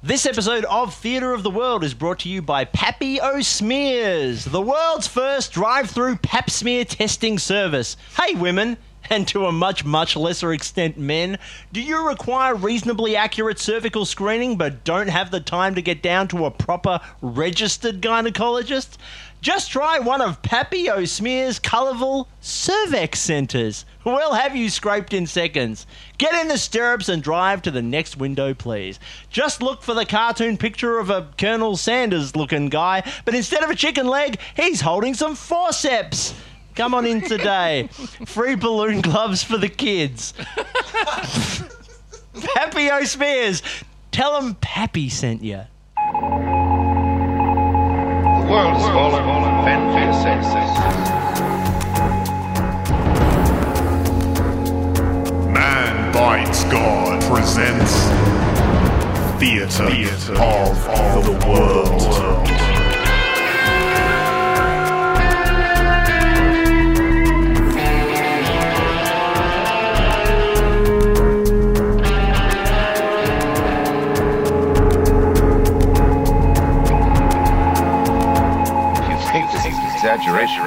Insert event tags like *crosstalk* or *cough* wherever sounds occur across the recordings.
This episode of Theatre of the World is brought to you by Pappy O Smears, the world's first drive through pap smear testing service. Hey, women, and to a much, much lesser extent, men, do you require reasonably accurate cervical screening but don't have the time to get down to a proper registered gynecologist? Just try one of Pappy O Smear's colourful cervix centres. We'll have you scraped in seconds. Get in the stirrups and drive to the next window, please. Just look for the cartoon picture of a Colonel Sanders looking guy, but instead of a chicken leg, he's holding some forceps. Come on in today. Free balloon gloves for the kids. Pappy O Smears, tell 'em Pappy sent you. The world is fallen, fend for Man Bites God presents Theater, of, the World. You think this is exaggeration?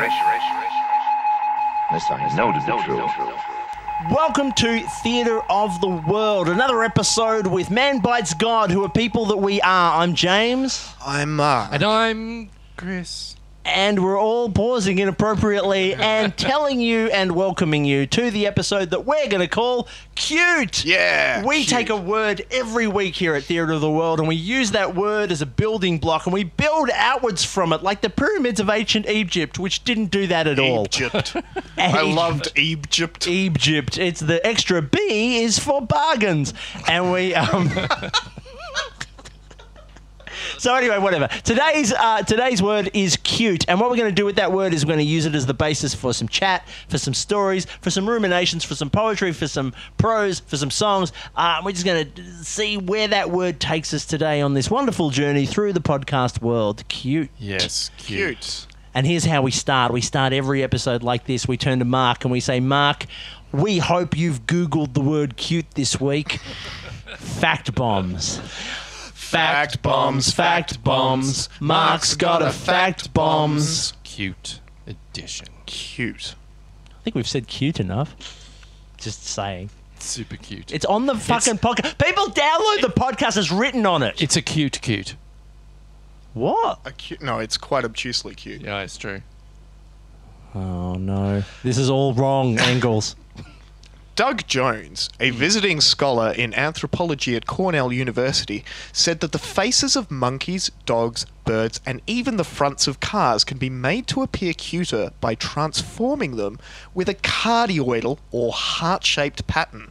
Unless I know to be true. Welcome to Theatre of the World, another episode with Man Bites God, who are people that we are. I'm James, I'm Mark. And I'm Chris. and we're all pausing inappropriately *laughs* and telling you and welcoming you to the episode that we're going to call Cute. Yeah. We take a word every week here at Theatre of the World, and we use that word as a building block, and we build outwards from it, like the pyramids of ancient Egypt, which didn't do that at all. *laughs* Egypt. I loved Egypt. Egypt. It's the extra B is for bargains, and we. Um, *laughs* So anyway, whatever. Today's uh, today's word is cute, and what we're going to do with that word is we're going to use it as the basis for some chat, for some stories, for some ruminations, for some poetry, for some prose, for some songs. Uh, and we're just going to see where that word takes us today on this wonderful journey through the podcast world. Cute. Yes, Cute. And here's how we start. We start every episode like this. We turn to Mark and we say, Mark, we hope you've Googled the word cute this week. Fact bombs. Fact bombs, fact bombs. Mark's got a fact bombs. Cute edition. Cute. I think we've said cute enough. Just saying. Super cute. It's on the fucking podcast. People download the podcast, it's written on it. It's a cute cute. what? A cute. No, it's quite obtusely cute. Yeah, it's true. Oh no. This is all *laughs* wrong angles. Doug Jones, a visiting scholar in anthropology at Cornell University, said that the faces of monkeys, dogs, birds, and even the fronts of cars can be made to appear cuter by transforming them with a cardioidal or heart shaped pattern.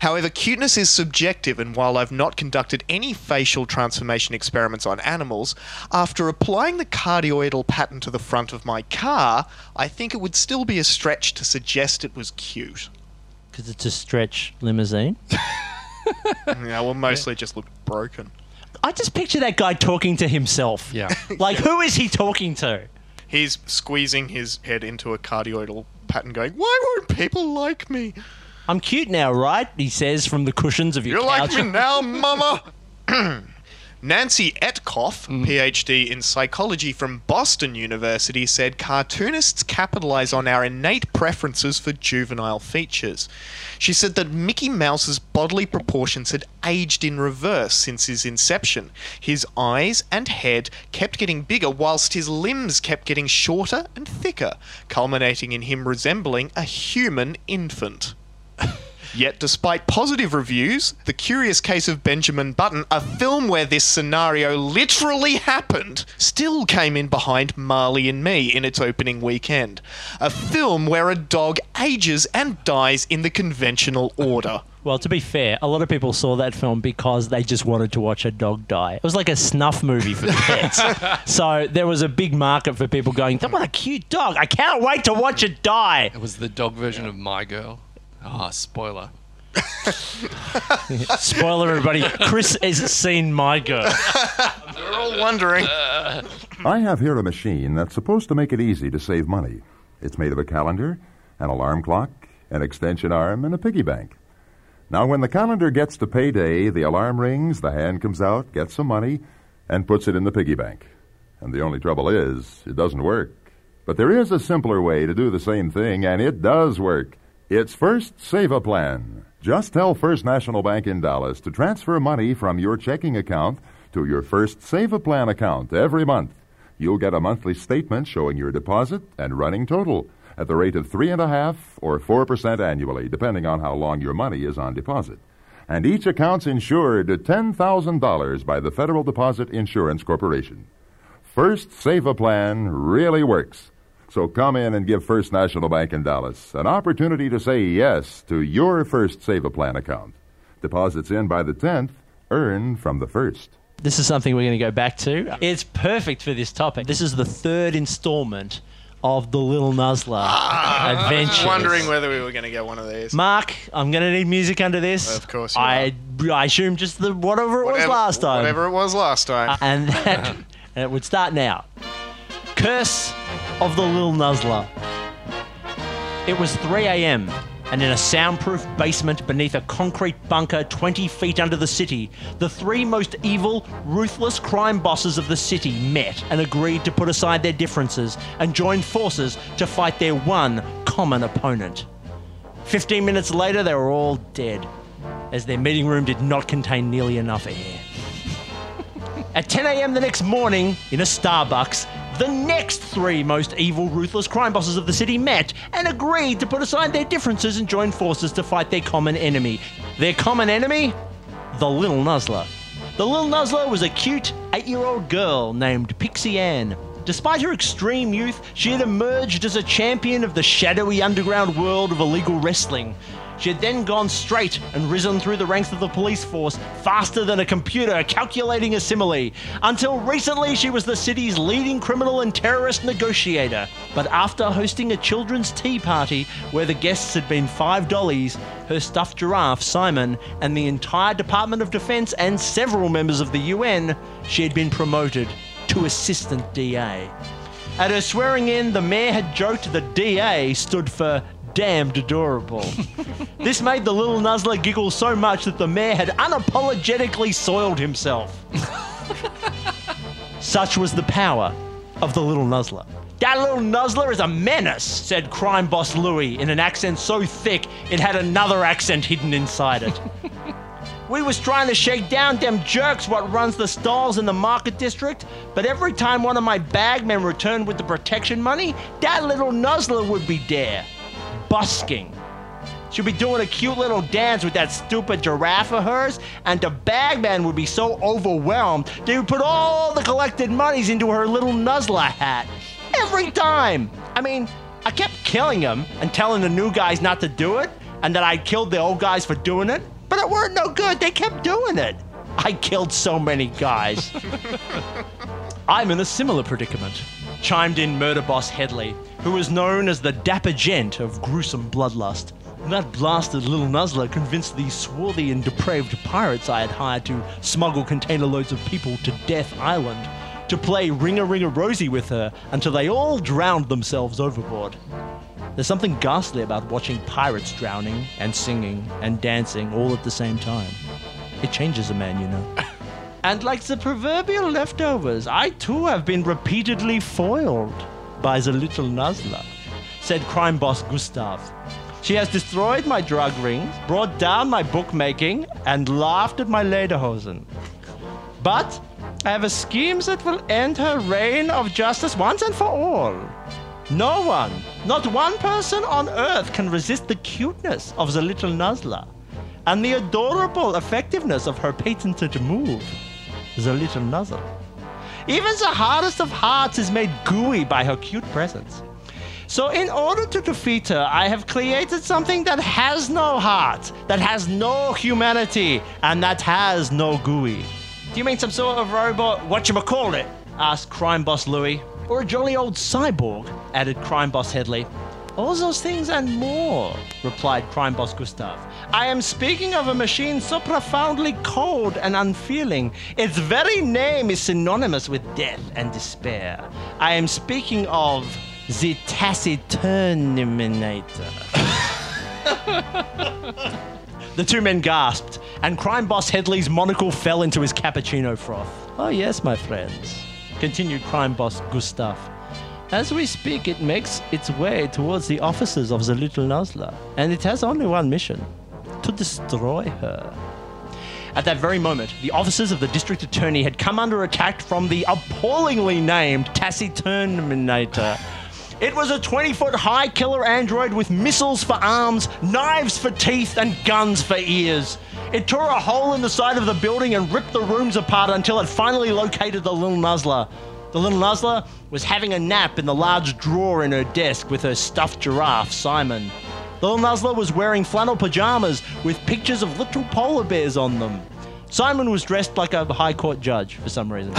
However, cuteness is subjective, and while I've not conducted any facial transformation experiments on animals, after applying the cardioidal pattern to the front of my car, I think it would still be a stretch to suggest it was cute. Because it's a stretch limousine. Yeah, well, mostly just looked broken. I just picture that guy talking to himself. *laughs* Yeah. Like, who is he talking to? He's squeezing his head into a cardioidal pattern, going, "Why won't people like me? I'm cute now, right? He says from the cushions of your You couch. like me now, Mama." *clears throat* Mm. Nancy Etkoff, PhD in psychology from Boston University, said cartoonists capitalize on our innate preferences for juvenile features. She said that Mickey Mouse's bodily proportions had aged in reverse since his inception. His eyes and head kept getting bigger, whilst his limbs kept getting shorter and thicker, culminating in him resembling a human infant. Yet, despite positive reviews, The Curious Case of Benjamin Button, a film where this scenario literally happened, still came in behind Marley and Me in its opening weekend. A film where a dog ages and dies in the conventional order. Well, to be fair, a lot of people saw that film because they just wanted to watch a dog die. It was like a snuff movie for pets. *laughs* so there was a big market for people going, "What a cute dog! I can't wait to watch it die." It was the dog version of My Girl. Ah, spoiler. Spoiler, everybody: Chris has seen My Girl. We're all wondering. Uh, I have here a machine that's supposed to make it easy to save money. It's made of a calendar, an alarm clock, an extension arm, and a piggy bank. Now, when the calendar gets to payday, the alarm rings, the hand comes out, gets some money, and puts it in the piggy bank. And the only trouble is, it doesn't work. But there is a simpler way to do the same thing, and it does work. It's First Save a Plan. Just tell First National Bank in Dallas to transfer money from your checking account to your First Save a Plan account every month. You'll get a monthly statement showing your deposit and running total at the rate of 3.5 or 4% annually, depending on how long your money is on deposit. And each account's insured to $10,000 by the Federal Deposit Insurance Corporation. First Save a Plan really works. So come in and give First National Bank in Dallas an opportunity to say yes to your First Save a Plan account. Deposits in by the 10th earn from the 1st. This is something we're going to go back to. It's perfect for this topic. This is the third installment of the Little Nuzzler adventure. Ah, Wondering whether we were going to get one of these. Mark, I'm going to need music under this. Of course you I I assume just the whatever it was last time. Uh, Whatever it was last time. *laughs* And that *laughs* and it would start now. Curse of the Lil Nuzzler. It was 3 a.m. And in a soundproof basement beneath a concrete bunker 20 feet under the city, the three most evil, ruthless crime bosses of the city met and agreed to put aside their differences and join forces to fight their one common opponent. 15 minutes later, they were all dead, as their meeting room did not contain nearly enough air. At 10 a.m. the next morning, in a Starbucks, the next three most evil, ruthless crime bosses of the city met and agreed to put aside their differences and join forces to fight their common enemy. Their common enemy? The Little Nuzzler. The Little Nuzzler was a cute, eight year old girl named Pixie Ann. Despite her extreme youth, she had emerged as a champion of the shadowy underground world of illegal wrestling. She had then gone straight and risen through the ranks of the police force faster than a computer calculating a simile. Until recently, she was the city's leading criminal and terrorist negotiator. But after hosting a children's tea party where the guests had been five dollies, her stuffed giraffe, Simon, and the entire Department of Defense and several members of the UN, she had been promoted to assistant DA. At her swearing in, the mayor had joked that DA stood for damned adorable. this made the little nuzzler giggle so much that the mayor had unapologetically soiled himself. Such was the power of the little nuzzler. That little nuzzler is a menace, said crime boss Louis in an accent so thick it had another accent hidden inside it. We was trying to shake down them jerks what runs the stalls in the market district, but every time one of my bagmen returned with the protection money, that little nuzzler would be there. Busking. She'd be doing a cute little dance with that stupid giraffe of hers, and the bagman would be so overwhelmed they would put all the collected monies into her little nuzzler hat. Every time! I mean, I kept killing him and telling the new guys not to do it, and that I killed the old guys for doing it, but it weren't no good. They kept doing it. I killed so many guys. I'm in a similar predicament, chimed in murder boss Headley, who was known as the dapper gent of gruesome bloodlust. That blasted little nuzzler convinced the swarthy and depraved pirates I had hired to smuggle container loads of people to Death Island to play Ringa Ringa Rosie with her until they all drowned themselves overboard. There's something ghastly about watching pirates drowning and singing and dancing all at the same time. It changes a man, you know. And like the proverbial leftovers, I too have been repeatedly foiled by the little Nuzzler, said crime boss Gustav. She has destroyed my drug rings, brought down my bookmaking, and laughed at my lederhosen. But I have a scheme that will end her reign of justice once and for all. No one, not one person on earth can resist the cuteness of the little Nuzzler and the adorable effectiveness of her patented move, the little Nuzzle. Even the hardest of hearts is made gooey by her cute presence. So, in order to defeat her, I have created something that has no heart, that has no humanity, and that has no gooey. Do you mean some sort of robot? Whatchamacallit? asked crime boss Louis. Or a jolly old cyborg? added crime boss Headley. All those things and more, replied crime boss Gustav. I am speaking of a machine so profoundly cold and unfeeling, its very name is synonymous with death and despair. I am speaking of the taciturniminator. The two men gasped, and crime boss Headley's monocle fell into his cappuccino froth. Oh, yes, my friends, continued crime boss Gustav. As we speak, it makes its way towards the offices of the little Nazla, and it has only one mission to destroy her. At that very moment, the offices of the district attorney had come under attack from the appallingly named Taciturnator. It was a 20 foot high killer android with missiles for arms, knives for teeth, and guns for ears. It tore a hole in the side of the building and ripped the rooms apart until it finally located the little Nuzzler. The little Nuzzler was having a nap in the large drawer in her desk with her stuffed giraffe, Simon. Little Nuzzler was wearing flannel pajamas with pictures of little polar bears on them. Simon was dressed like a high court judge for some reason.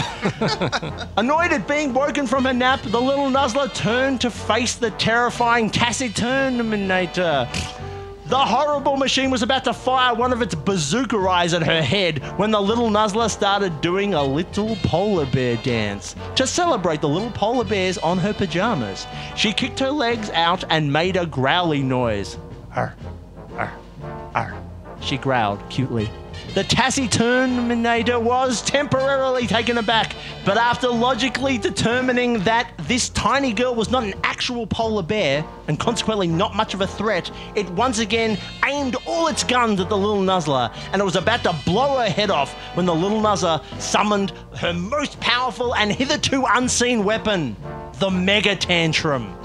Annoyed at being woken from her nap, the little Nuzzler turned to face the terrifying Taciturnator. The horrible machine was about to fire one of its bazooka eyes at her head when the little Nuzzler started doing a little polar bear dance to celebrate the little polar bears on her pajamas. She kicked her legs out and made a growly noise. Arr, arr, arr, she growled cutely. The Taciturnator was temporarily taken aback, but after logically determining that this tiny girl was not an actual polar bear, and consequently not much of a threat, it once again aimed all its guns at the little Nuzzler, and it was about to blow her head off when the little Nuzzler summoned her most powerful and hitherto unseen weapon. The Mega Tantrum.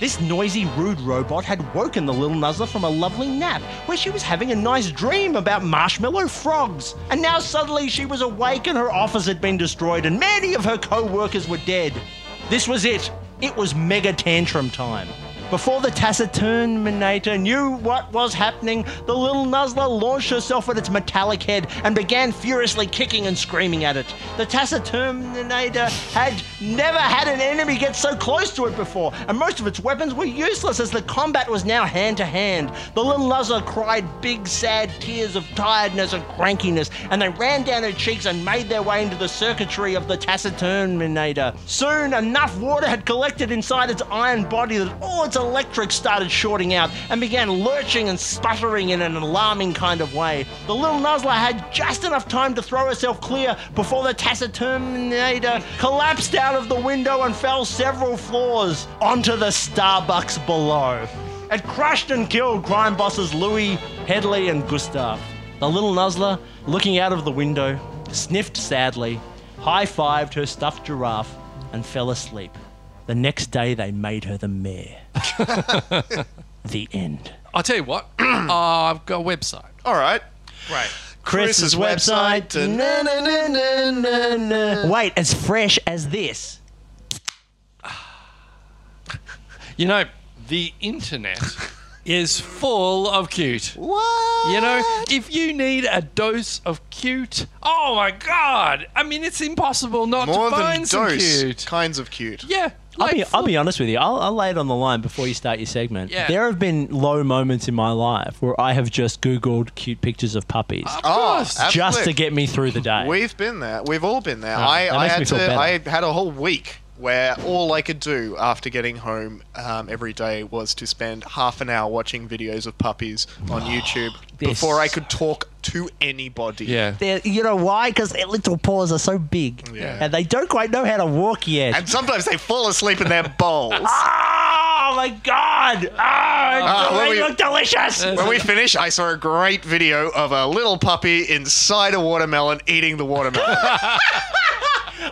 This noisy, rude robot had woken the little Nuzzler from a lovely nap where she was having a nice dream about marshmallow frogs. And now suddenly she was awake and her office had been destroyed and many of her co workers were dead. This was it. It was Mega Tantrum time. Before the Taciturnator knew what was happening, the little Nuzzler launched herself at its metallic head and began furiously kicking and screaming at it. The Taciturnator had never had an enemy get so close to it before, and most of its weapons were useless as the combat was now hand to hand. The little Nuzzler cried big, sad tears of tiredness and crankiness, and they ran down her cheeks and made their way into the circuitry of the Taciturnator. Soon, enough water had collected inside its iron body that all its electrics started shorting out and began lurching and sputtering in an alarming kind of way. The little Nuzzler had just enough time to throw herself clear before the Taciturnator collapsed out of the window and fell several floors onto the Starbucks below. It crushed and killed crime bosses Louis, Headley, and Gustav. The little Nuzzler, looking out of the window, sniffed sadly, high fived her stuffed giraffe, and fell asleep. The next day, they made her the mayor. *laughs* the end. I'll tell you what. uh, I've got a website. All right. Great. Chris's website. Na, na, na, na, na, na. Wait, as fresh as this. You know, the internet is full of cute. What? You know, if you need a dose of cute, oh my god! I mean, it's impossible not More to find than some dose cute. kinds of cute. Yeah, I'll like be, I'll full- be honest with you. I'll, I'll lay it on the line before you start your segment. Yeah. There have been low moments in my life where I have just Googled cute pictures of puppies Oh, Just just to absolute. get me through the day. We've been there. We've all been there. Ah, I, that I makes me had feel better. to. I had a whole week where all I could do after getting home um, every day was to spend half an hour watching videos of puppies *sighs* on YouTube they're before I so- could talk to anybody. yeah. They're- you know why? Because their little paws are so big. Yeah. And they don't quite know how to walk yet. And sometimes they fall asleep in *laughs* their bowls. oh, my God. Oh, Uh, well, they we- look delicious. When we finish, I saw a great video of a little puppy inside a watermelon eating the *laughs* watermelon. *laughs*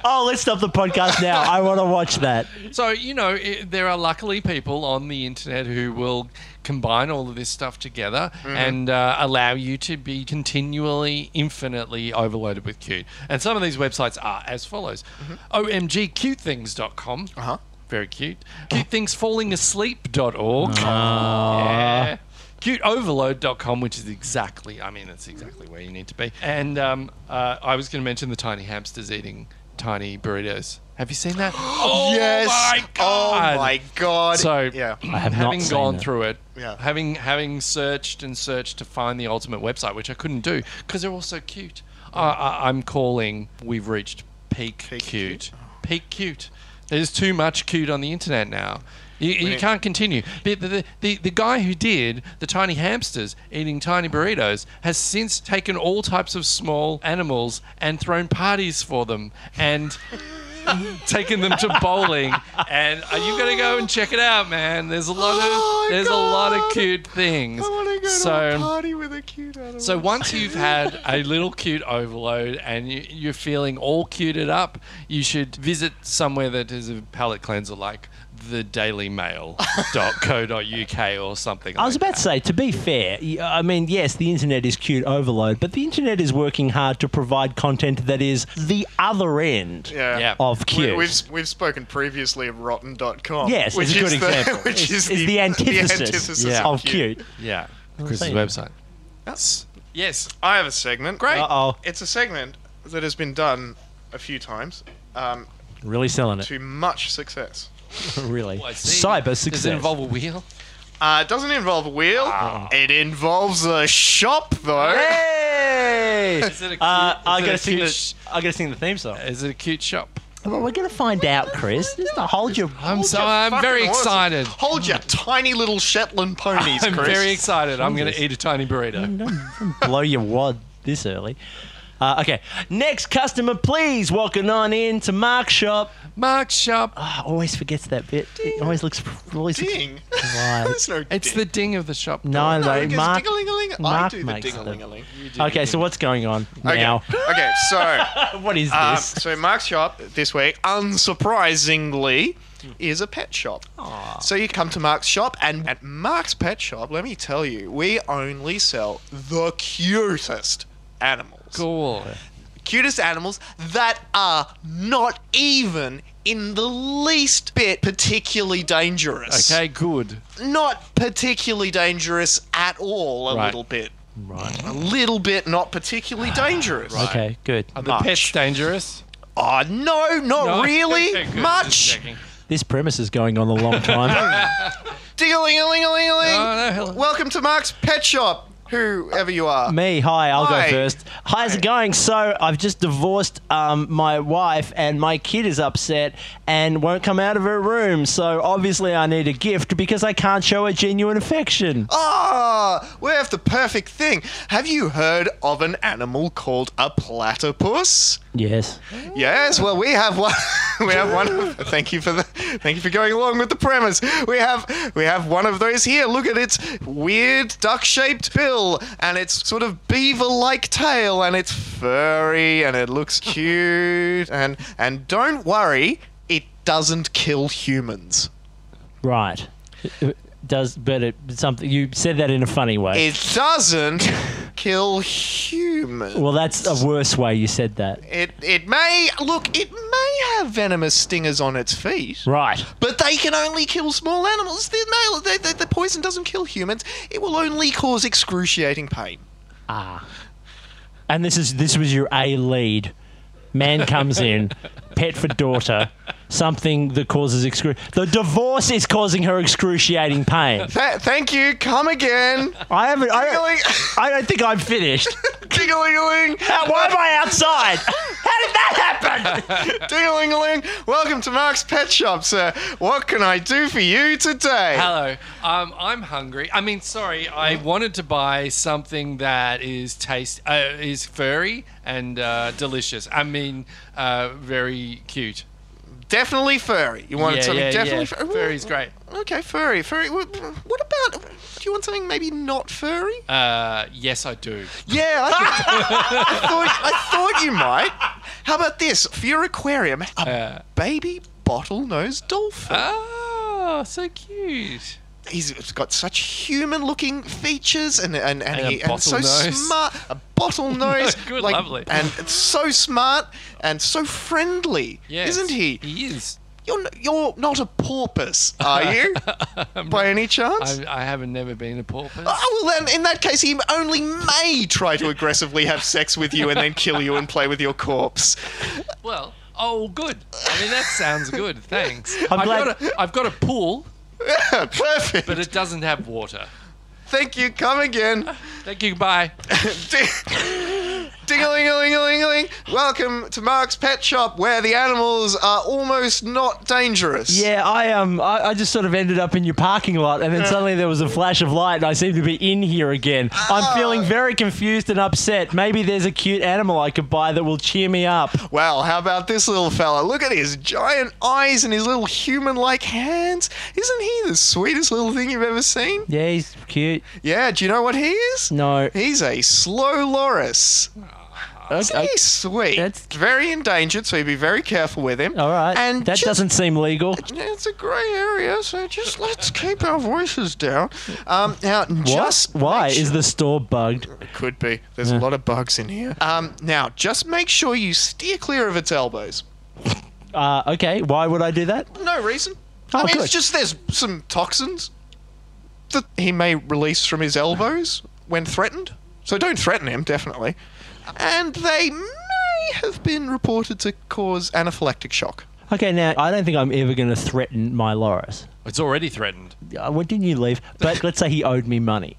oh, let's stop the podcast now. I want to watch that. So you know, i there are luckily people on the internet who will combine all of this stuff together and uh, allow you to be continually, infinitely overloaded with cute. And some of these websites are as follows: omgcutethings.com. Uh-huh. Very cute. Cutethingsfallingasleep.org. Yeah. CuteOverload.com, which is exactly, I mean, it's exactly where you need to be. And um, uh, I was going to mention the tiny hamsters eating tiny burritos. Have you seen that? oh yes. my Oh god! my god. So yeah. I have not having seen gone it. through it, Yeah. having having searched and searched to find the ultimate website, which I couldn't do because they're all so cute. I I, I'm calling. We've reached peak, Peak cute. Peak cute. There's too much cute on the internet now. You, you can't continue. The, the, the, the guy who did the tiny hamsters eating tiny burritos has since taken all types of small animals and thrown parties for them and taken them to bowling. And are you going to go and check it out, man? There's a lot of there's a lot of cute things. so party with a cute animal. so once you've had a little cute overload and you, you're feeling all cuted up, you should visit somewhere that is a palate cleanser like the dailymail.co.uk or something. I was like about to say, to be fair, y- I mean, yes, the internet is cute overload, but the internet is working hard to provide content that is the other end yeah. Yeah. of cute. We, we've we've spoken previously of rotten.com. yes, it's a good the, example. *laughs* Which It's- is, it's the, antithesis, antithesis Yeah. of of cute. that. Yeah. Chris's saying. website. That's, yes, I have a segment. Great. Uh-oh. It's a segment that has been done a few times um, Really selling it. to much success. *laughs* really. I see. Cyber Does success. it involve a wheel? Uh, it doesn't involve a wheel. Uh-uh. It involves a shop, though. Hey! Is it a cute- uh, is I it a gotta sing cute the. sh- I gotta sing the theme song. Is it a cute shop? Oh, Well, we're gonna find out, Chris. Just to hold your. I'm so your I'm fucking very horses. excited. Hold your tiny little Shetland ponies, *laughs* I'm Chris. very excited. I'm going to eat a tiny burrito. Don't blow your wad this early. Uh, okay, next customer, please. Walking on in to Mark's shop. Mark's shop. Ah, always forgets that bit. It always looks. Always looks- *laughs* Ding. Right. *laughs* There's no It's the ding. ding of the shop. No, No, no, it goes Mark. ding-a-ling-a-ling. I Mark do the makes ding them. a ling a ling. Okay, so what's going on *laughs* now? Okay, so what is um, this? so Mark's shop this week, unsurprisingly, is a pet shop. So you come to Mark's shop, and at Mark's pet shop, let me tell you, we only sell the cutest animals. Cool. cutest animals that are not even in the least bit particularly dangerous. Okay, good. Not particularly dangerous at all, a Right. Ah, little bit. Right. A little bit not particularly dangerous. okay, good. The Much. *laughs* pet's dangerous. Oh, no, not No. really. Okay, good. Just Much. checking. This premise is going on a *laughs* long time. Ding a ling a ling a ling a Oh, No, no, hello. ling. Welcome to Mark's Pet Shop, whoever you are. Me, hi, I'll Hi. go first. Hi, how's it going? So, I've just divorced um, my wife, and my kid is upset and won't come out of her room. So, obviously, I need a gift because I can't show her genuine affection. Ah, we have the perfect thing. Have you heard of an animal called a platypus? Yes. Yes, well, we have one. *laughs* we have one. Of, thank you for the. Thank you for going along with the premise. We have we have one of those here. Look at its weird duck-shaped bill and its sort of beaver-like tail and it's furry and it looks cute and and don't worry, it doesn't kill humans. Right. It does, but it something you said that in a funny way. It doesn't kill humans. well, that's a worse way you said that. it it may look. It may have venomous stingers on its feet. Right. But they can only kill small animals. The, no, the, the, the poison doesn't kill humans. It will only cause excruciating pain. And this is this was your A lead. Man comes *laughs* in, pet for daughter, something that causes excru. The divorce is causing her excruciating pain. Tha- thank you. Come *laughs* again. I haven't. I, Giggling, I don't think I'm finished. giggling, *laughs* Why am I outside? How did that happen? giggling. Welcome to Mark's Pet Shop, sir. What can I do for you today? Hello. Um, I'm hungry. I mean, sorry. I wanted to buy something that is taste uh, is furry and uh, delicious. I mean, uh, very cute. Definitely furry. You wanted yeah, something yeah, definitely yeah. furry. Furry's great. Okay, furry, furry. Wh- What about? Do you want something maybe not furry? Uh, yes, I do. Yeah, I, thought- *laughs* I thought I thought you might. How about this for your aquarium? A Uh. baby bottlenose dolphin. Oh, so cute. He's got such human-looking features, and and and, And a he, and so bottlenose. smart. A bottlenose, *laughs* Good, like, lovely. and it's so smart and so friendly, Yes. isn't he? He is. You're n- you're not a porpoise, are *laughs* you? *laughs* By any chance? I, I haven't never been a porpoise. Oh, well, then, in that case, he only may try to aggressively have sex with you and then kill you and play with your corpse. Well, oh, good. I mean, that sounds *laughs* good. Thanks. I'm have glad- Got a, I've got a pool, Perfect. but it doesn't have water. Thank you. Come again. Thank you. Bye. Ding Ding-a-ling-a-ling-a-ling-a-ling. Welcome to Mark's Pet Shop, where the animals are almost not dangerous. Yeah, I um, I, I just sort of ended up in your parking lot, and then suddenly there was a flash of light, and I seem to be in here again. I'm feeling very confused and upset. Maybe there's a cute animal I could buy that will cheer me up. Well, how about this little fella? Look at his giant eyes and his little human-like hands. Isn't he the sweetest little thing you've ever seen? Yeah, he's cute. Yeah, do you know what he is? No, He's a slow loris. Oh, Okay, He's sweet. That's- very endangered, so you be very careful with him. all right. And that just- doesn't seem legal. Yeah, It's a grey area, so just let's keep our voices down. Um, now, just what? Why make is sure- the store bugged? it could be? There's a lot of bugs in here. Um, now, just make sure you steer clear of its elbows. Uh, okay, why would I do that? No reason. Oh, I mean, good. it's just there's some toxins that he may release from his elbows when threatened. So don't threaten him, definitely. And they may have been reported to cause anaphylactic shock. Okay, now I don't think I'm ever going to threaten my Loris. It's already threatened. Uh, When didn't you leave? But let's say he owed me money.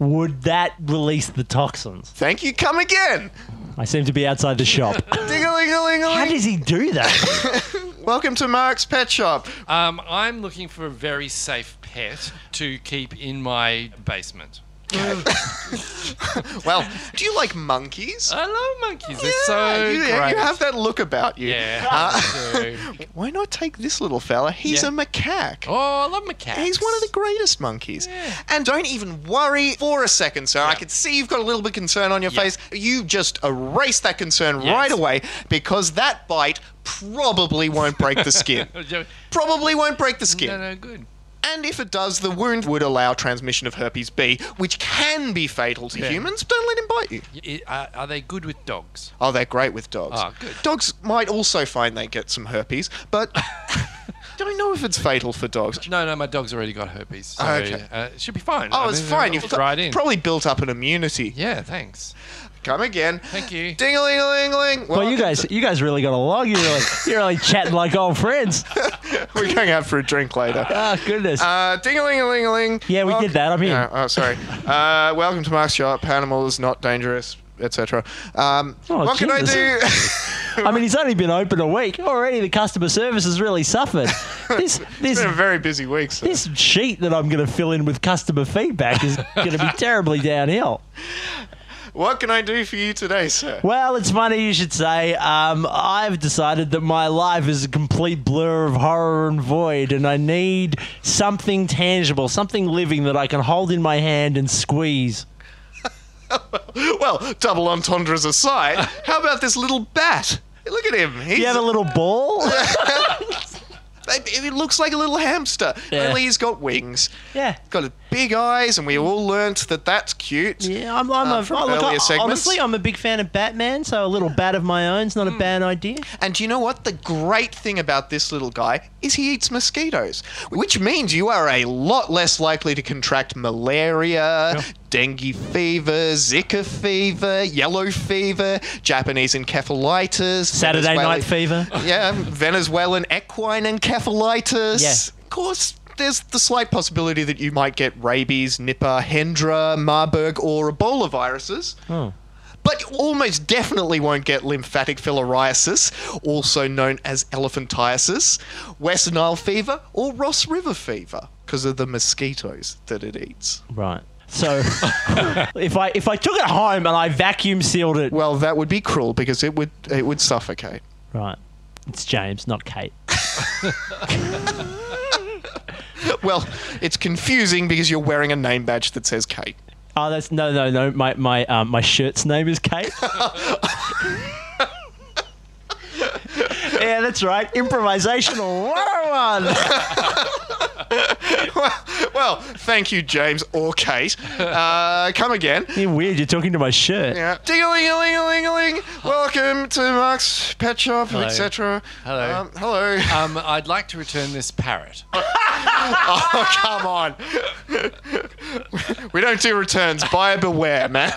Would that release the toxins? Thank you. Come again. I seem to be outside the shop. Ding a ling a *laughs* ling How a ling. does he do that? Welcome to Mark's Pet Shop. Um, I'm looking for a very safe pet to keep in my basement. *laughs* Well, do you like monkeys? I love monkeys. Uh, They're so you, great. you have Uh, that look about you. yeah. I do. *laughs* Why not take this little fella? He's Yeah. a macaque. Oh, I love macaques. He's one of the greatest monkeys. And don't even worry for a second, sir. I can see you've got a little bit of concern on your face. You just erase that concern Yes. right away because that bite probably won't break the skin. *laughs* the. probably won't break the skin. No, no, good. And if it does, the wound would allow transmission of herpes B, which can be fatal to humans. Don't let him bite you. Y- i- are- are they good with dogs? Oh, they're great with dogs. Ah, good. Dogs might also find they get some herpes, *laughs* but don't know if it's fatal for dogs. No, no, my dog's already got herpes. So, Okay. uh, it should be fine. Oh, I it's mean, fine. it You've fits got- right in. probably built up an immunity. yeah, thanks. Come again. Thank you. Ding a ling a ling ling. well, you guys, you guys really got along. You're really, you're really chatting like old friends. *laughs* We're going out for a drink later. Oh goodness. Uh, ding a ling a ling a ling. Yeah, we did that. I'm in. *laughs* oh, sorry. Uh, welcome to Mark's Shop. Animals not dangerous, etc. Um, Oh, what can I do? *laughs* *laughs* I mean, he's only been open a week already. The customer service has really suffered. This it's this been a very busy week. So. this sheet that I'm going to fill in with customer feedback is going to be terribly downhill. What can I do for you today, sir? Well, it's funny you should say. Um, I've decided that my life is a complete blur of horror and void, and I need something tangible, something living that I can hold in my hand and squeeze. Well, double entendres aside, how about this little bat? Look at him. He's Do you have a little ball? It- It looks like a little hamster. Yeah. Only he's got wings. yeah. Got his big eyes, and we all learnt that that's cute. *laughs* Yeah, I'm, I'm Uh, a, from oh, look, earlier I- segments. honestly, I'm a big fan of Batman, so a little bat of my own's not a bad idea. And do you know what? The great thing about this little guy is he eats mosquitoes, which means you are a lot less likely to contract malaria, dengue fever, Zika fever, yellow fever, Japanese encephalitis, Saturday Venezuelan- night *laughs* fever. *laughs* Yeah, um, Venezuelan equine encephalitis. Yeah. Of course, there's the slight possibility that you might get rabies, Nipah, Hendra, Marburg, or Ebola viruses. But you almost definitely won't get lymphatic filariasis, also known as elephantiasis, Western Nile fever, or Ross River fever, because of the mosquitoes that it eats. Right. So *laughs* if I if I took it home and I vacuum sealed it, Well, that would be cruel because it would it would suffocate. right? It's James, not Kate. Well, it's confusing because you're wearing a name badge that says Kate. Oh, that's no, no, no. My my um, my shirt's name is Kate. yeah, that's right. Improvisational 101. *laughs* Well, thank you, James or Kate. Uh, come again. You're weird. You're talking to my shirt. Yeah. Ding-a-ling-a-ling-a-ling-a-ling. Welcome to Mark's Pet Shop, Hello. etc. Hello. Um, hello. Um, I'd like to return this parrot. *laughs* Oh, come on. *laughs* we don't do returns. Buyer beware, man.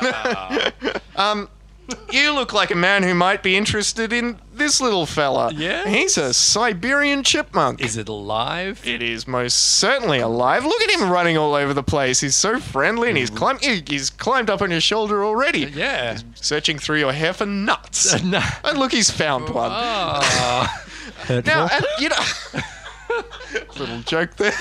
um, You look like a man who might be interested in this little fella. Yes? He's a Siberian chipmunk. Is it alive? It is most certainly alive. Look at him running all over the place. He's so friendly and he's climbed he's climbed up on your shoulder already. *laughs* Mm. yeah. Searching through your hair *laughs* for *laughs* nuts. No. And look, he's found one. Oh. Now, and, you *laughs* know, little joke there.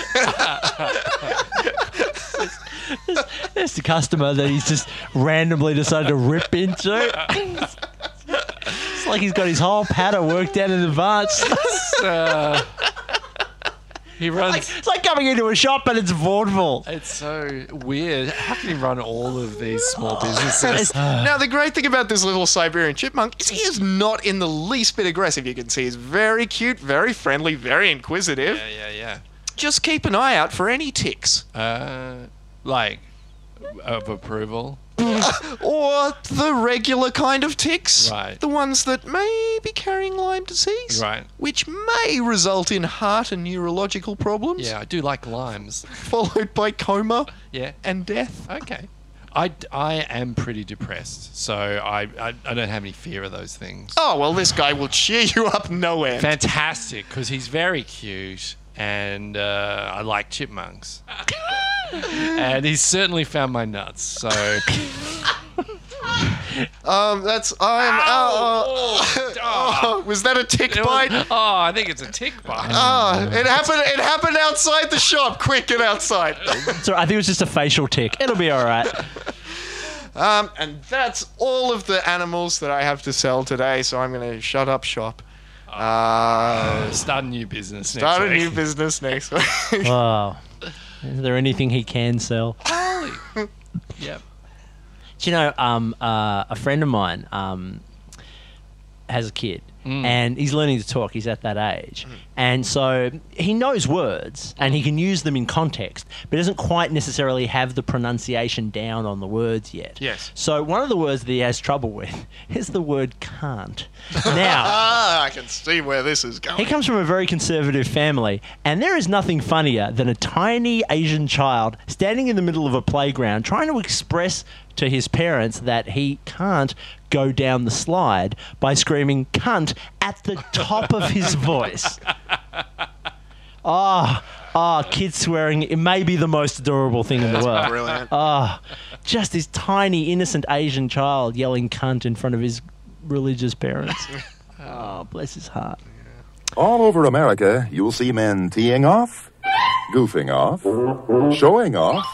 There's the customer that he's just randomly decided to rip into. it's like he's got his whole pattern worked out in advance. *laughs* It's, uh, he runs. it's like coming into a shop and it's vaudeville. It's so weird. How can he run all of these small Oh, It's- businesses? now, the great thing about this little Siberian chipmunk is he is not in the least bit aggressive. You can see he's very cute, very friendly, very inquisitive. Yeah, yeah, Just keep an eye out for any ticks yeah. Uh, like, of approval. or the regular kind of ticks. Right. The ones that may be carrying Lyme disease. Right. Which may result in heart and neurological problems, Yeah, I do like limes. followed by coma Yeah. and death. Okay. I, I am pretty depressed, so I, I, I don't have any fear of those things. Oh, well, this guy will cheer you up nowhere. Fantastic, because he's very cute, and uh, I *laughs* like chipmunks. and he's certainly found my *laughs* nuts, so Um, that's I'm. *laughs* Oh, Ah. *laughs* oh, was that a tick bite? oh, I think it's a tick bite. Ah, it happened. It happened outside the shop. Quick, get *laughs* outside. So I think it was just a facial tick. It'll be all right. Um, and that's all of the animals that I have to sell today. So I'm going to shut up shop. Ah. Uh, Start a new business. start a next new week. business next week. Wow. Oh. Is there anything he can sell? *laughs* Holy. yep. Do you know, um, uh, a friend of mine um, has a kid and he's learning to talk. He's at that age. And so he knows words and he can use them in context, but doesn't quite necessarily have the pronunciation down on the words yet. Yes. So one of the words that he has trouble with *laughs* is the word can't. Now. *laughs* ah, I can see where this is He going. comes from a very conservative family, and there is nothing funnier than a tiny Asian child standing in the middle of a playground trying to express to his parents that he can't go down the slide by screaming cunt at the top of his voice. Ah, ah, kids swearing, it may be the most adorable thing in the world. Brilliant. Uh, Ah, just this tiny, innocent Asian child yelling cunt in front of his religious parents. Oh, bless his heart. All over America, you'll see men teeing off, goofing off, showing off,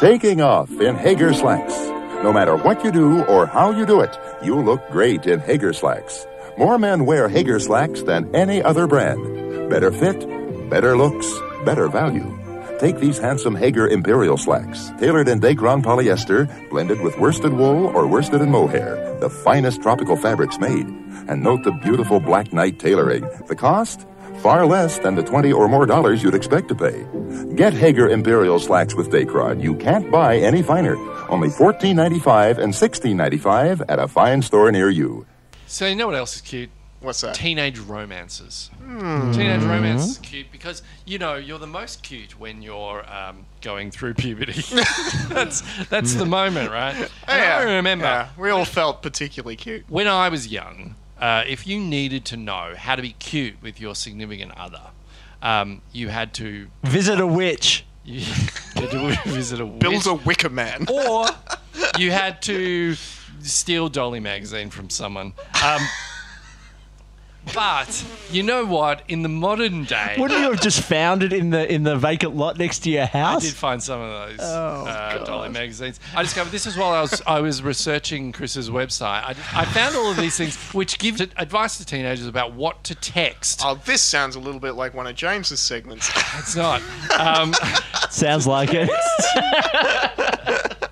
taking off in Hager slacks. No matter what you do or how you do it, you look great in Hager slacks. More men wear Hager slacks than any other brand. Better fit, better looks, better value. Take these handsome Hager Imperial slacks, tailored in Dacron polyester, blended with worsted wool or worsted and mohair, the finest tropical fabrics made. And note the beautiful black knight tailoring. The cost? Far less than the 20 or more dollars you'd expect to pay. Get Hager Imperial slacks with Dacron. You can't buy any finer. Only $14.95 and $16.95 at a fine store near you. So you know what else is cute? What's that? Teenage romances. Hmm. Teenage romance is cute because you know you're the most cute when you're um, going through puberty. *laughs* that's that's the moment, right? And I remember Hmm. Oh, yeah, we all felt particularly cute. when I was young, uh, if you needed to know how to be cute with your significant other, um, you had to *laughs* Visit a witch. you had to visit a Bill's witch a wicker man. *laughs* or you had to steal Dolly magazine from someone. Um, but you know what? In the modern day, Wouldn't you have just found it in the in the vacant lot next to your I did house? find some of those uh, Dolly magazines. I discovered this is while I was I was researching Chris's website. I, I found all of these things, which gives advice to teenagers about what to text. Oh, this sounds a little bit like one of James's *laughs* segments. It's not um, Sounds like *laughs* it.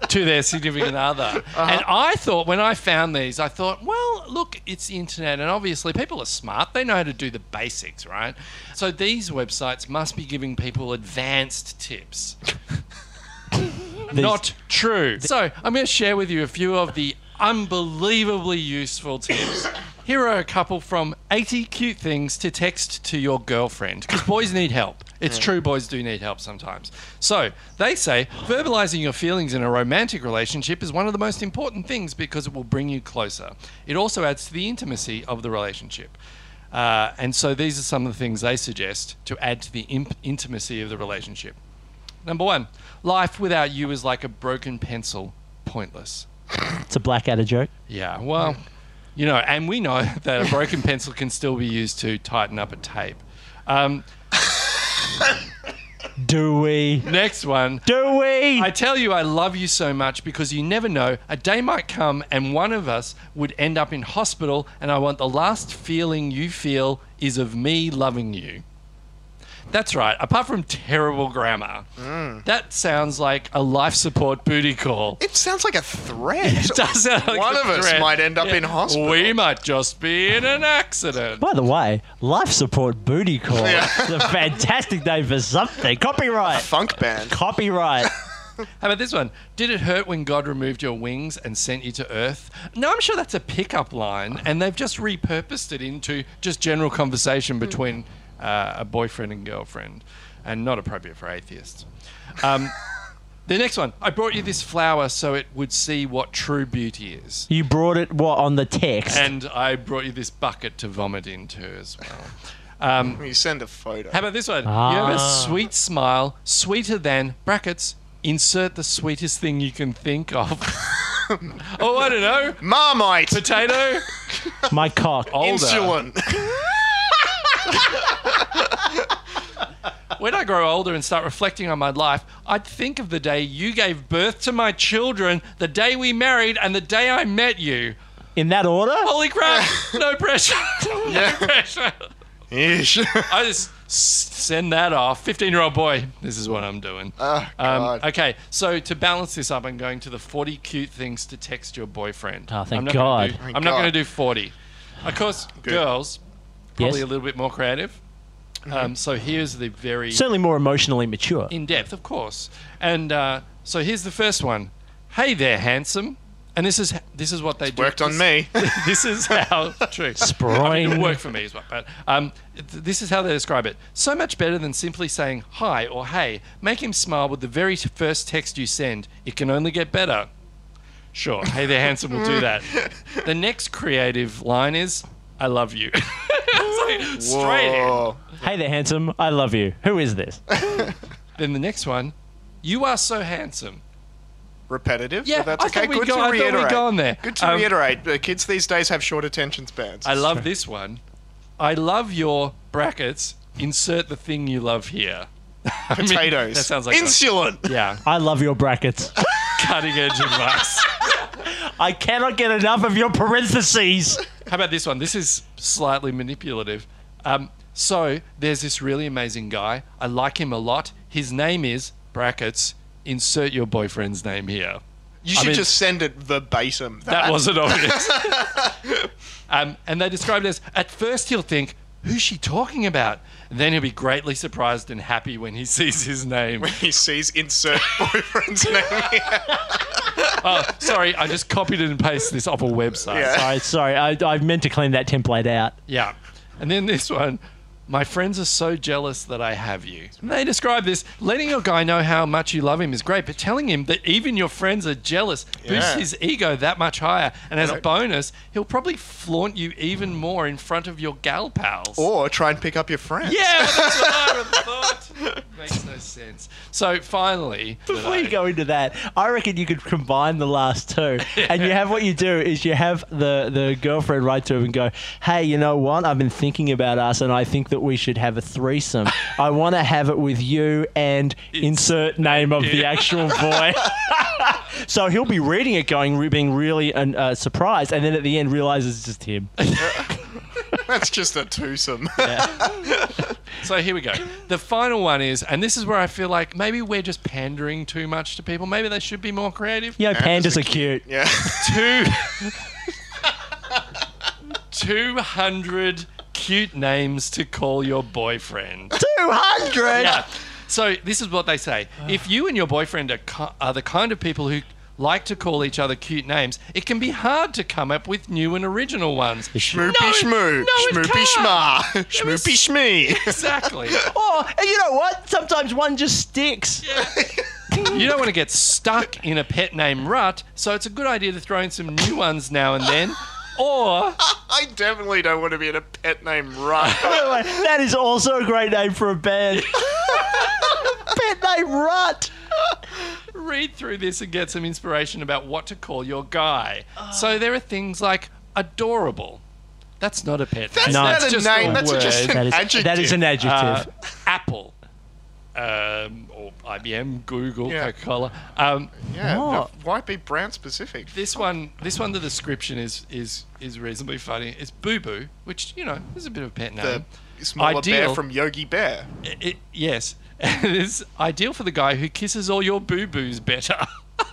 to their significant other. And I thought when I found these, I thought, well, look, it's the internet, and obviously people are smart. They know how to do the basics, right? So these websites must be giving people advanced tips. These- Not true. So I'm going to share with you a few of the unbelievably useful tips. Here are a couple from 80 cute things to text to your girlfriend because boys need help. It's true, boys do need help sometimes. So they say verbalizing your feelings in a romantic relationship is one of the most important things because it will bring you closer. It also adds to the intimacy of the relationship. Uh, and so these are some of the things they suggest to add to the imp- intimacy of the relationship. Number one, life without you is like a broken pencil, pointless. It's a Blackadder joke. Yeah, well, you know, and we know *laughs* that a broken pencil can still be used to tighten up a tape. Um, Do we? next one. Do we? I tell you, I love you so much because you never know. A day might come and one of us would end up in hospital, and I want the last feeling you feel is of me loving you. That's right, apart from terrible grammar. That sounds like a life support booty call. It sounds like a threat. It *laughs* does sound like One a of us threat. might end up in hospital. We might just be in an accident. By the way, life support booty call. It's a fantastic name for something. Copyright. *laughs* Funk band. Copyright. How about this one? Did it hurt when God removed your wings and sent you to Earth? No, I'm sure that's a pickup line, and they've just repurposed it into just general Hmm. conversation between uh, a boyfriend and girlfriend, and not appropriate for atheists. Um, *laughs* the next one I brought you this flower so it would see what true beauty is. You brought it what on the text? And I brought you this bucket to vomit into as well. Um, You send a photo. How about this one? You have a sweet smile, sweeter than brackets. Insert the sweetest thing you can think of. *laughs* oh, I don't know. Marmite. Potato. My cock. Older. *laughs* Insulin. When I grow older and start reflecting on my life, I'd think of the day you gave birth to my children, the day we married, and the day I met you. In that order? Holy crap! No pressure. *laughs* no pressure. Ish. *laughs* I just s- send that off. 15 year old boy, this is what I'm doing. Oh, Um, God. okay, so to balance this up, I'm going to the 40 cute things to text your boyfriend. Oh, thank I'm not God. Gonna do, Thank I'm not God. going to do 40. Of course, girls, probably Yes. a little bit more creative. Mm-hmm. Um, so here's the very Certainly more emotionally mature. in depth, of course. And uh, so here's the first one. Hey there, handsome. And this is this is what they do. Worked on This- me. *laughs* this is how true. Sprying. I mean, it worked for me as well, but um, th- this is how they describe it. So much better than simply saying hi or hey. Make him smile with the very t- first text you send. It can only get better. Sure. Hey there, handsome. We'll *laughs* do that. The next creative line is, "I love you." *laughs* It's like, straight in. Whoa. Hey there, handsome. I love you. Who is this? Then the next one, "You are so handsome." Repetitive. Yeah, so that's I okay. thought we'd Good go- I to thought we'd reiterate. gone there. Good to Um, reiterate. The kids these days have short attention spans. I love this one. I love your brackets. Insert the thing you love here. I *laughs* mean, potatoes. that sounds like a- insulin. yeah, I love your *laughs* brackets. cutting edge advice. I cannot get enough of your parentheses. How about this one? This is slightly manipulative. Um, so there's this really amazing guy. I like him a lot. His name is brackets. Insert your boyfriend's name here. You I should mean- just send it verbatim. That wasn't obvious. um, and they described it as at first he'll think, "Who's she talking about?" then he'll be greatly surprised and happy when he *laughs* sees his name. *laughs* he sees *laughs* insert boyfriend's name. Oh, sorry, I just copied and pasted this off a website. Yeah. Sorry, sorry. I, I meant to clean that template out. Yeah. And then this one. My friends are so jealous that I have you. And they describe this. Letting your guy know how much you love him is great, but telling him that even your friends are jealous boosts Yeah. his ego that much higher. And as a bonus, he'll probably flaunt you even more in front of your gal pals. Or try and pick up your friends. yeah, that's what I would have thought. Makes no sense. So finally, *laughs* Before you go into that, I reckon you could combine the last two. And you have what you do is you have the, the girlfriend write to him and go, Hey, you know what? I've been thinking about us and I think that we should have a threesome. I want to have it with you and insert name of the actual boy. so he'll be reading it, going, being really uh, surprised, and then at the end realizes it's just *laughs* him. That's just a twosome. So here we go. The final one is, and this is where I feel like maybe we're just pandering too much to people. Maybe they should be more creative. You know, pandas are cute. *laughs* yeah. Two. *laughs* 200 cute names to call your boyfriend. 200! Yeah. So this is what they say. If you and your boyfriend are, ki- are the kind of people who like to call each other cute names, it can be hard to come up with new and original ones. Shmoopy No, it- shmoo. no, it Shmoopy shma. can't. Shmoopy *laughs* shmee. Exactly. Or, Oh, and you know what? Sometimes one just sticks. you don't want to get stuck in a pet name rut, so it's a good idea to throw in some new ones now and then. Or *laughs* I definitely don't want to be in a pet name *laughs* right. By the way, *laughs* that is also a great name for a *laughs* band. Pet name Rut. read through this and get some inspiration about what to call your guy. So there are things like adorable. That's not a pet name. No, it's That's not a just name. a That's word. just an That is, adjective. that is an Uh, adjective. Apple, um, or IBM, Google, Yeah. Coca-Cola. Um, Yeah, What? the- why be brand specific? this one, this one, the description is is is reasonably funny. It's Boo Boo, which you know is a bit of a pet name. The smaller bear Ideal. from Yogi Bear. I- I- yes, *laughs* it's ideal for the guy who kisses all your boo boos better. *laughs*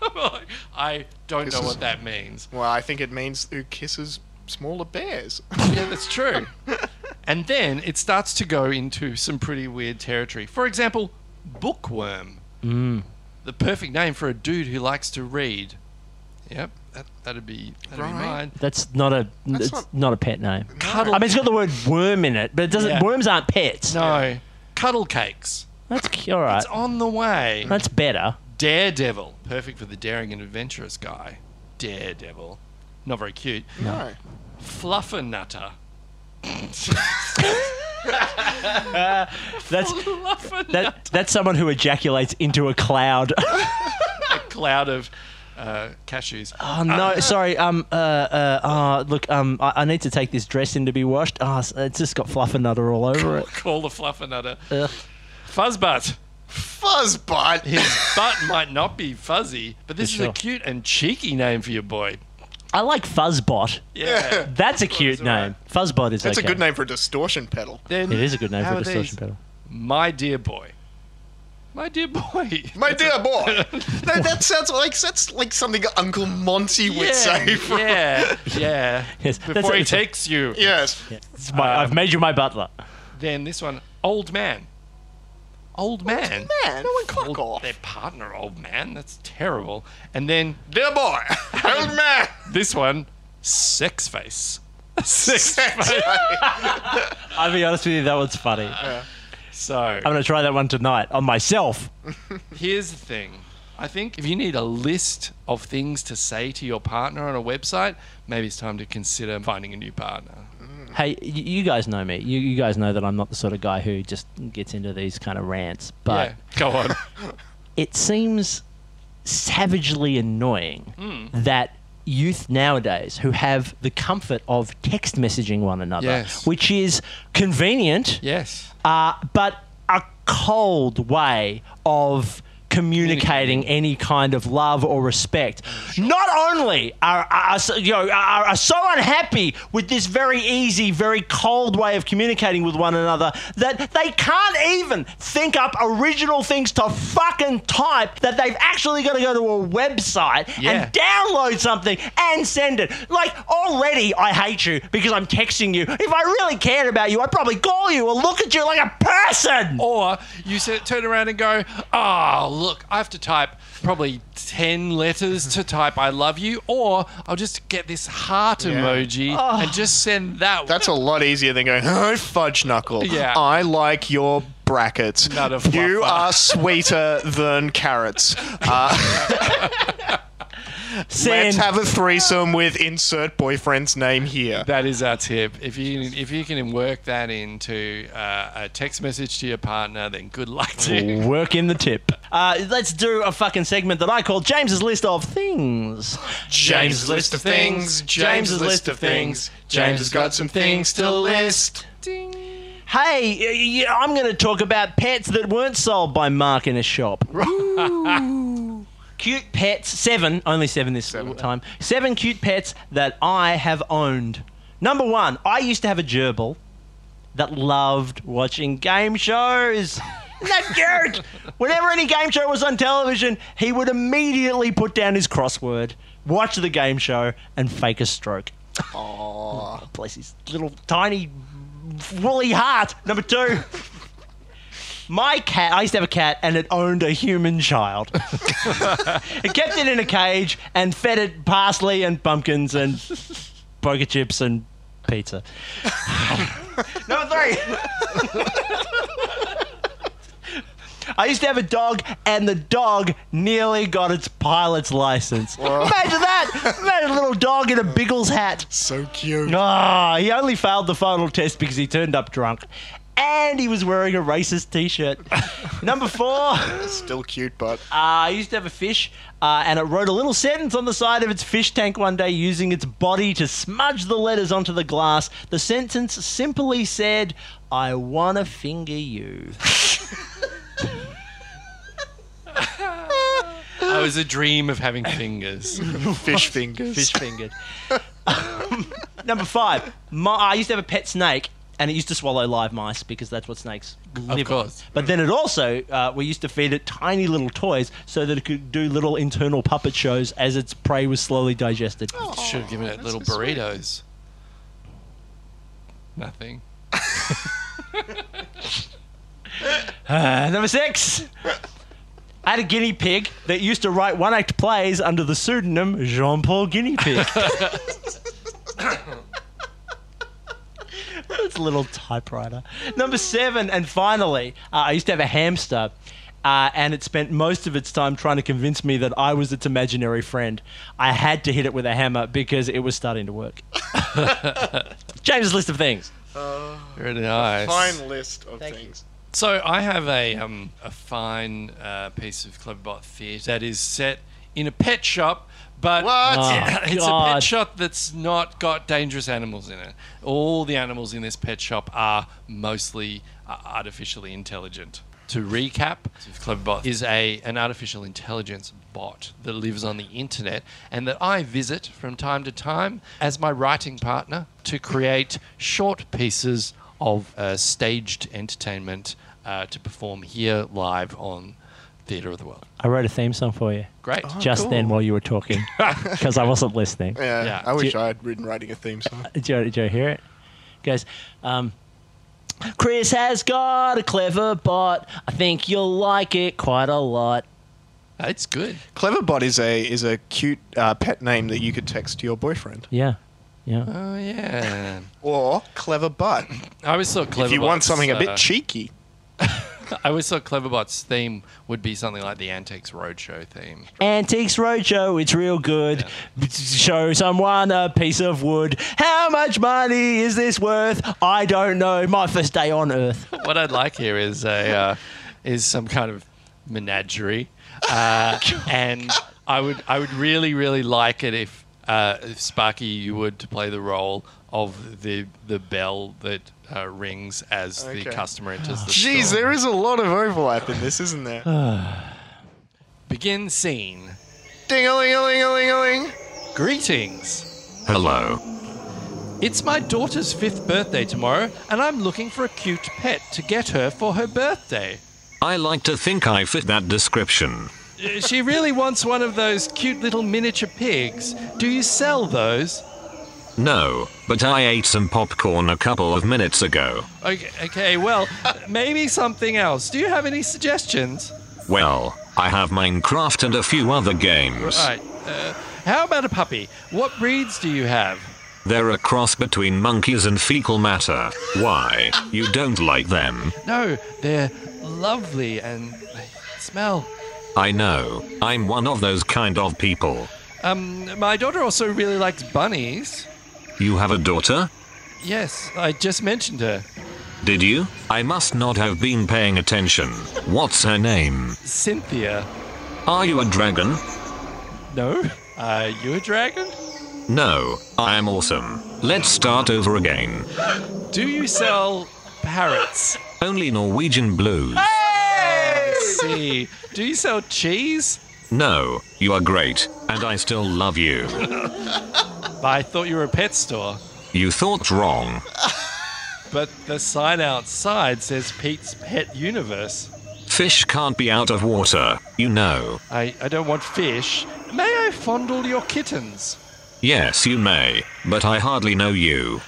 I don't know Kisses- what that means. Well, I think it means who kisses smaller bears. *laughs* Yeah, *laughs* that's true. and then it starts to go into some pretty weird territory. For example, bookworm. Mm. The perfect name for a dude who likes to read. Yep, that, that'd be that'd be Right. mine. That's not a That's it's not- not, a pet name. Cuddle. I mean, it's got the word worm in it, but it doesn't. Yeah. Worms aren't pets. no, cuddle cakes. That's cu- all right. It's on the way. That's better. Daredevil, perfect for the daring and adventurous guy. Daredevil, not very cute. no. Fluffernutter. *laughs* That's *laughs* Fluffernutter. that. That's someone who ejaculates into a cloud. *laughs* a cloud of uh, cashews. *laughs* oh no, sorry. Um. Uh. Uh. uh look. Um. I, I need to take this dress in to be washed. Ah, s it's just got fluff and nutter all over it. Call the fluffernutter. Ugh. Fuzzbutt. Fuzzbot. His butt might not be fuzzy, but this For is a sure. cute and cheeky name for your boy. I like Fuzzbot. Yeah. That's a cute all right. name. Fuzzbot is *laughs* That's okay. a good name for a distortion pedal. then It is a good name how for are a distortion these? pedal. My dear boy. My dear *laughs* boy. My dear boy, that, that sounds like that's like something Uncle Monty would say. From, *laughs* yeah, yeah. Yes, that's Before it, he it's a- takes you. Yes, It's my, I've made you my butler. Then this one, old man. Old man. man, no one clock off. Their partner, old man. That's terrible. And then Dear boy, *laughs* old man. *laughs* this one, sex face. *laughs* Sex. I'll be honest with you, that one's funny. So I'm going to try that one tonight on myself. Here's the thing. I think if you need a list of things to say to your partner on a website, maybe it's time to consider finding a new partner. Hey, y- you guys know me. You, you guys know that I'm not the sort of guy who just gets into these kind of rants, but yeah, go on. *laughs* it seems savagely annoying that youth nowadays who have the comfort of text messaging one another, Yes. which is convenient, yes. uh, but a cold way of communicating any kind of love or respect. Not only are, are, are you know are, are so unhappy with this very easy, very cold way of communicating with one another that they can't even think up original things to fucking type that they've actually got to go to a website Yeah. and download something and send it. Like, already I hate you because I'm texting you. If I really cared about you, I'd probably call you or look at you like a person. Oh, Or you sit, turn around and go, oh, look, I have to type probably 10 letters *laughs* to type I love you, or I'll just get this heart emoji Oh. and just send that. That's a lot easier than going, oh, fudge knuckle. Yeah. I like your brackets. Not a you fluffer." are sweeter than carrots. *laughs* Uh, Send. let's have a threesome with insert boyfriend's name here. That is our tip. If you if you can work that into uh, a text message to your partner, then good luck to you. Work in the tip. Uh, let's do a fucking segment that I call James's list of things. *laughs* James's list of things. James's list of things. James has got some things to list. Hey, y- y- I'm going to talk about pets that weren't sold by Mark in a shop. *laughs* cute pets, seven, only seven this time. Seven cute pets that I have owned. Number one, I used to have a gerbil that loved watching game shows. Isn't that cute? Whenever any game show was on television, he would immediately put down his crossword, watch the game show, and fake a stroke. *laughs* Oh, bless his little tiny woolly heart. Number two, My cat, I used to have a cat and it owned a human child. it kept it in a cage and fed it parsley and pumpkins and poker chips and pizza. *sighs* Number three. I used to have a dog, and the dog nearly got its pilot's license. Imagine that! Imagine a little dog in a Biggles hat. So cute. Ah, he only failed the final test because he turned up drunk. And he was wearing a racist t shirt. *laughs* Number four, uh, Still cute, but I used to have a fish, uh, and it wrote a little sentence on the side of its fish tank one day using its body to smudge the letters onto the glass. The sentence simply said, I wanna finger you. *laughs* I was a dream of *laughs* having fingers. fish fingers. Fish fingered. Um, Number five, my, I used to have a pet snake, and it used to swallow live mice because that's what snakes live course. on. But then it also, uh, we used to feed it tiny little toys so that it could do little internal puppet shows as its prey was slowly digested. Should have given it little burritos. Nothing. Uh, number six, I had a guinea pig that used to write one act plays under the pseudonym Jean Paul Guinea Pig. *laughs* It's a little typewriter. Number seven, and finally, uh, I used to have a hamster, uh, and it spent most of its time trying to convince me that I was its imaginary friend. I had to hit it with a hammer because it was starting to work. *laughs* James' list of things. Very nice. Oh, Fine list of Thank you. things. So I have a um, a fine uh, piece of Cleverbot theatre that is set in a pet shop, but What? Yeah, *laughs* it's a God. pet shop that's not got dangerous animals in it. All the animals in this pet shop are mostly uh, artificially intelligent. To recap, Cleverbot is a an artificial intelligence bot that lives on the internet and that I visit from time to time as my writing partner to create short pieces of uh, staged entertainment uh, to perform here live on Theatre of the World. I wrote a theme song for you Great. just then while you were talking because I wasn't listening. Yeah, Oh, Yeah. I wish Do- I had written writing a theme song. Did you, did you hear it? Goes, um, Chris has got a clever bot. I think you'll like it quite a lot. It's good. Cleverbot is a is a cute uh, pet name that you could text to your boyfriend. Yeah. Yeah. Oh *laughs* yeah. Or Cleverbutt. I always thought Cleverbot's. if you want something a uh, bit cheeky. *laughs* I always thought Cleverbot's theme would be something like the Antiques Roadshow theme. Antiques Roadshow, it's real good. B- Show someone a piece of wood. How much money is this worth? I don't know. My first day on Earth. what I'd like here is a uh, is some kind of menagerie, *laughs* uh, and I would I would really really like it if, uh, if Sparky you would to play the role of the the bell that uh, rings as Okay. the customer enters the Jeez, store. there is a lot of overlap in this, isn't there? Begin scene. ding a ling a ling a ling a ling. Greetings. Hello. It's my daughter's fifth birthday tomorrow, and I'm looking for a cute pet to get her for her birthday. I like to think I fit that description. Uh, She really wants one of those cute little miniature pigs. Do you sell those? No, but I ate some popcorn a couple of minutes ago. Okay, okay, well, maybe something else. Do you have any suggestions? Well, I have Minecraft and a few other games. All right. Uh, how about a puppy? What breeds do you have? They're a cross between monkeys and fecal matter. Why? You don't like them. No, they're lovely and they smell. I know. I'm one of those kind of people. Um, my daughter also really likes bunnies. You have a daughter? Yes, I just mentioned her. Did you? I must not have been paying attention. What's her name? Cynthia. Are you a dragon? No? Are you a dragon? No, I am awesome. Let's start over again. Do you sell parrots? Only Norwegian blues. I see. Do you sell cheese? No, you are great, and I still love you. I thought you were a pet store. You thought wrong. But the sign outside says Pete's Pet Universe. Fish can't be out of water, you know. I, I don't want fish. May I fondle your kittens? Yes, you may, but I hardly know you.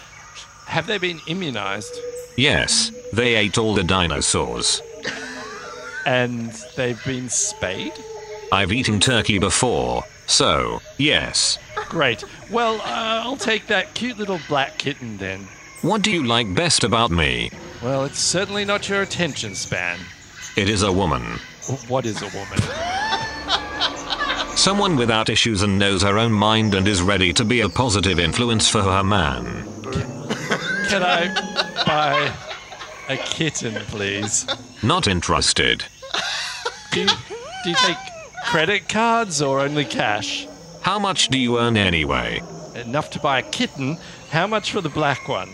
Have they been immunized? Yes, they ate all the dinosaurs. and they've been spayed. I've eaten turkey before, so, yes. Great. Well, uh, I'll take that cute little black kitten then. What do you like best about me? Well, it's certainly not your attention span. It is a woman. What is a woman? Someone without issues and knows her own mind and is ready to be a positive influence for her man. Can I buy a kitten, please? Not interested. Do you, do you take credit cards or only cash? How much do you earn anyway? Enough to buy a kitten. How much for the black one?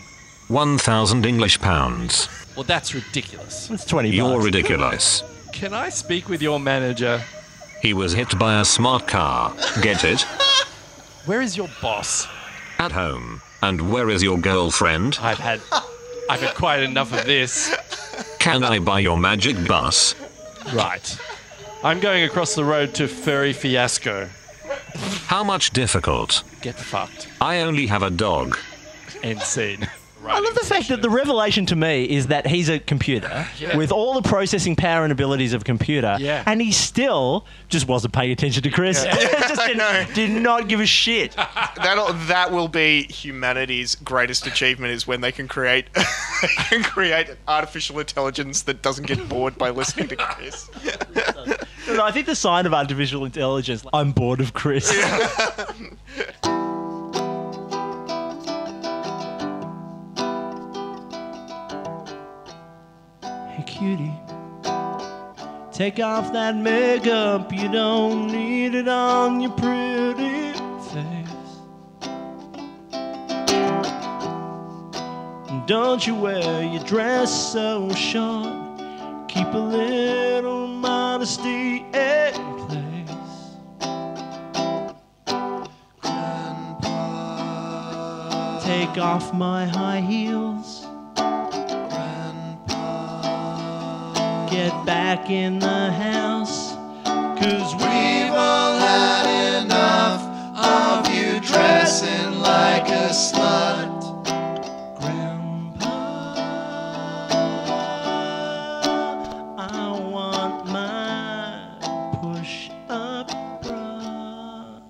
1,000 English pounds. Well, that's ridiculous. It's 20 You're bucks. ridiculous. Can I speak with your manager? He was hit by a smart car. Get it? Where is your boss? At home. And where is your girlfriend? I've had I've had quite enough of this. Can I buy your magic bus? Right. I'm going across the road to Furry Fiasco. How much difficult? Get fucked. I only have a dog. End scene. I love the fact that the revelation to me is that he's a computer *laughs* Yeah. with all the processing power and abilities of a computer, Yeah. and he still just wasn't paying attention to Chris. *laughs* just *laughs* didn't, know. did not give a shit. That'll, that will be humanity's greatest achievement is when they can create *laughs* they can create artificial intelligence that doesn't get bored by listening to Chris. No, I think the sign of artificial intelligence. like, I'm bored of Chris. *laughs* hey, cutie. Take off that makeup. You don't need it on your pretty face. And Don't you wear your dress so short? Keep a little modesty in place. Take off my high heels. Get back in the house. Cause we've all had enough of you dressing like a slut. Grandpa, I want my push up bra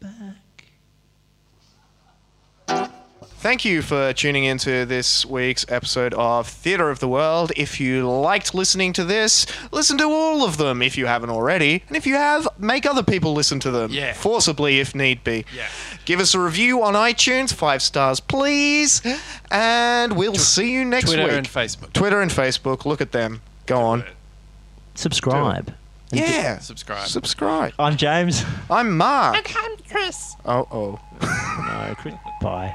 back. Thank you for tuning into this week's episode of Theatre of the World. If you liked listening to this, listen to all of them if you haven't already. And if you have, make other people listen to them. Yeah. Forcibly if need be. Yeah. Give us a review on iTunes, five stars, please. And we'll see you next Twitter week. and Facebook. Twitter and Facebook. Look at them. Go on. Subscribe. Yeah. Subscribe. Subscribe. I'm James. *laughs* I'm Mark. And I'm Chris. Oh, oh. Bye.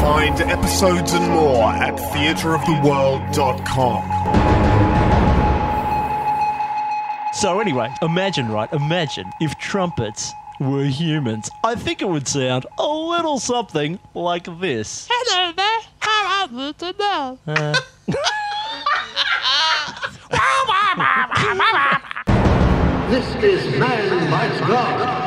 Find episodes and more at theatreoftheworld.com. So anyway, imagine, right? Imagine if trumpets were humans. I think it would sound a little something like this. Hello there. How are you today? This is Man Bites God.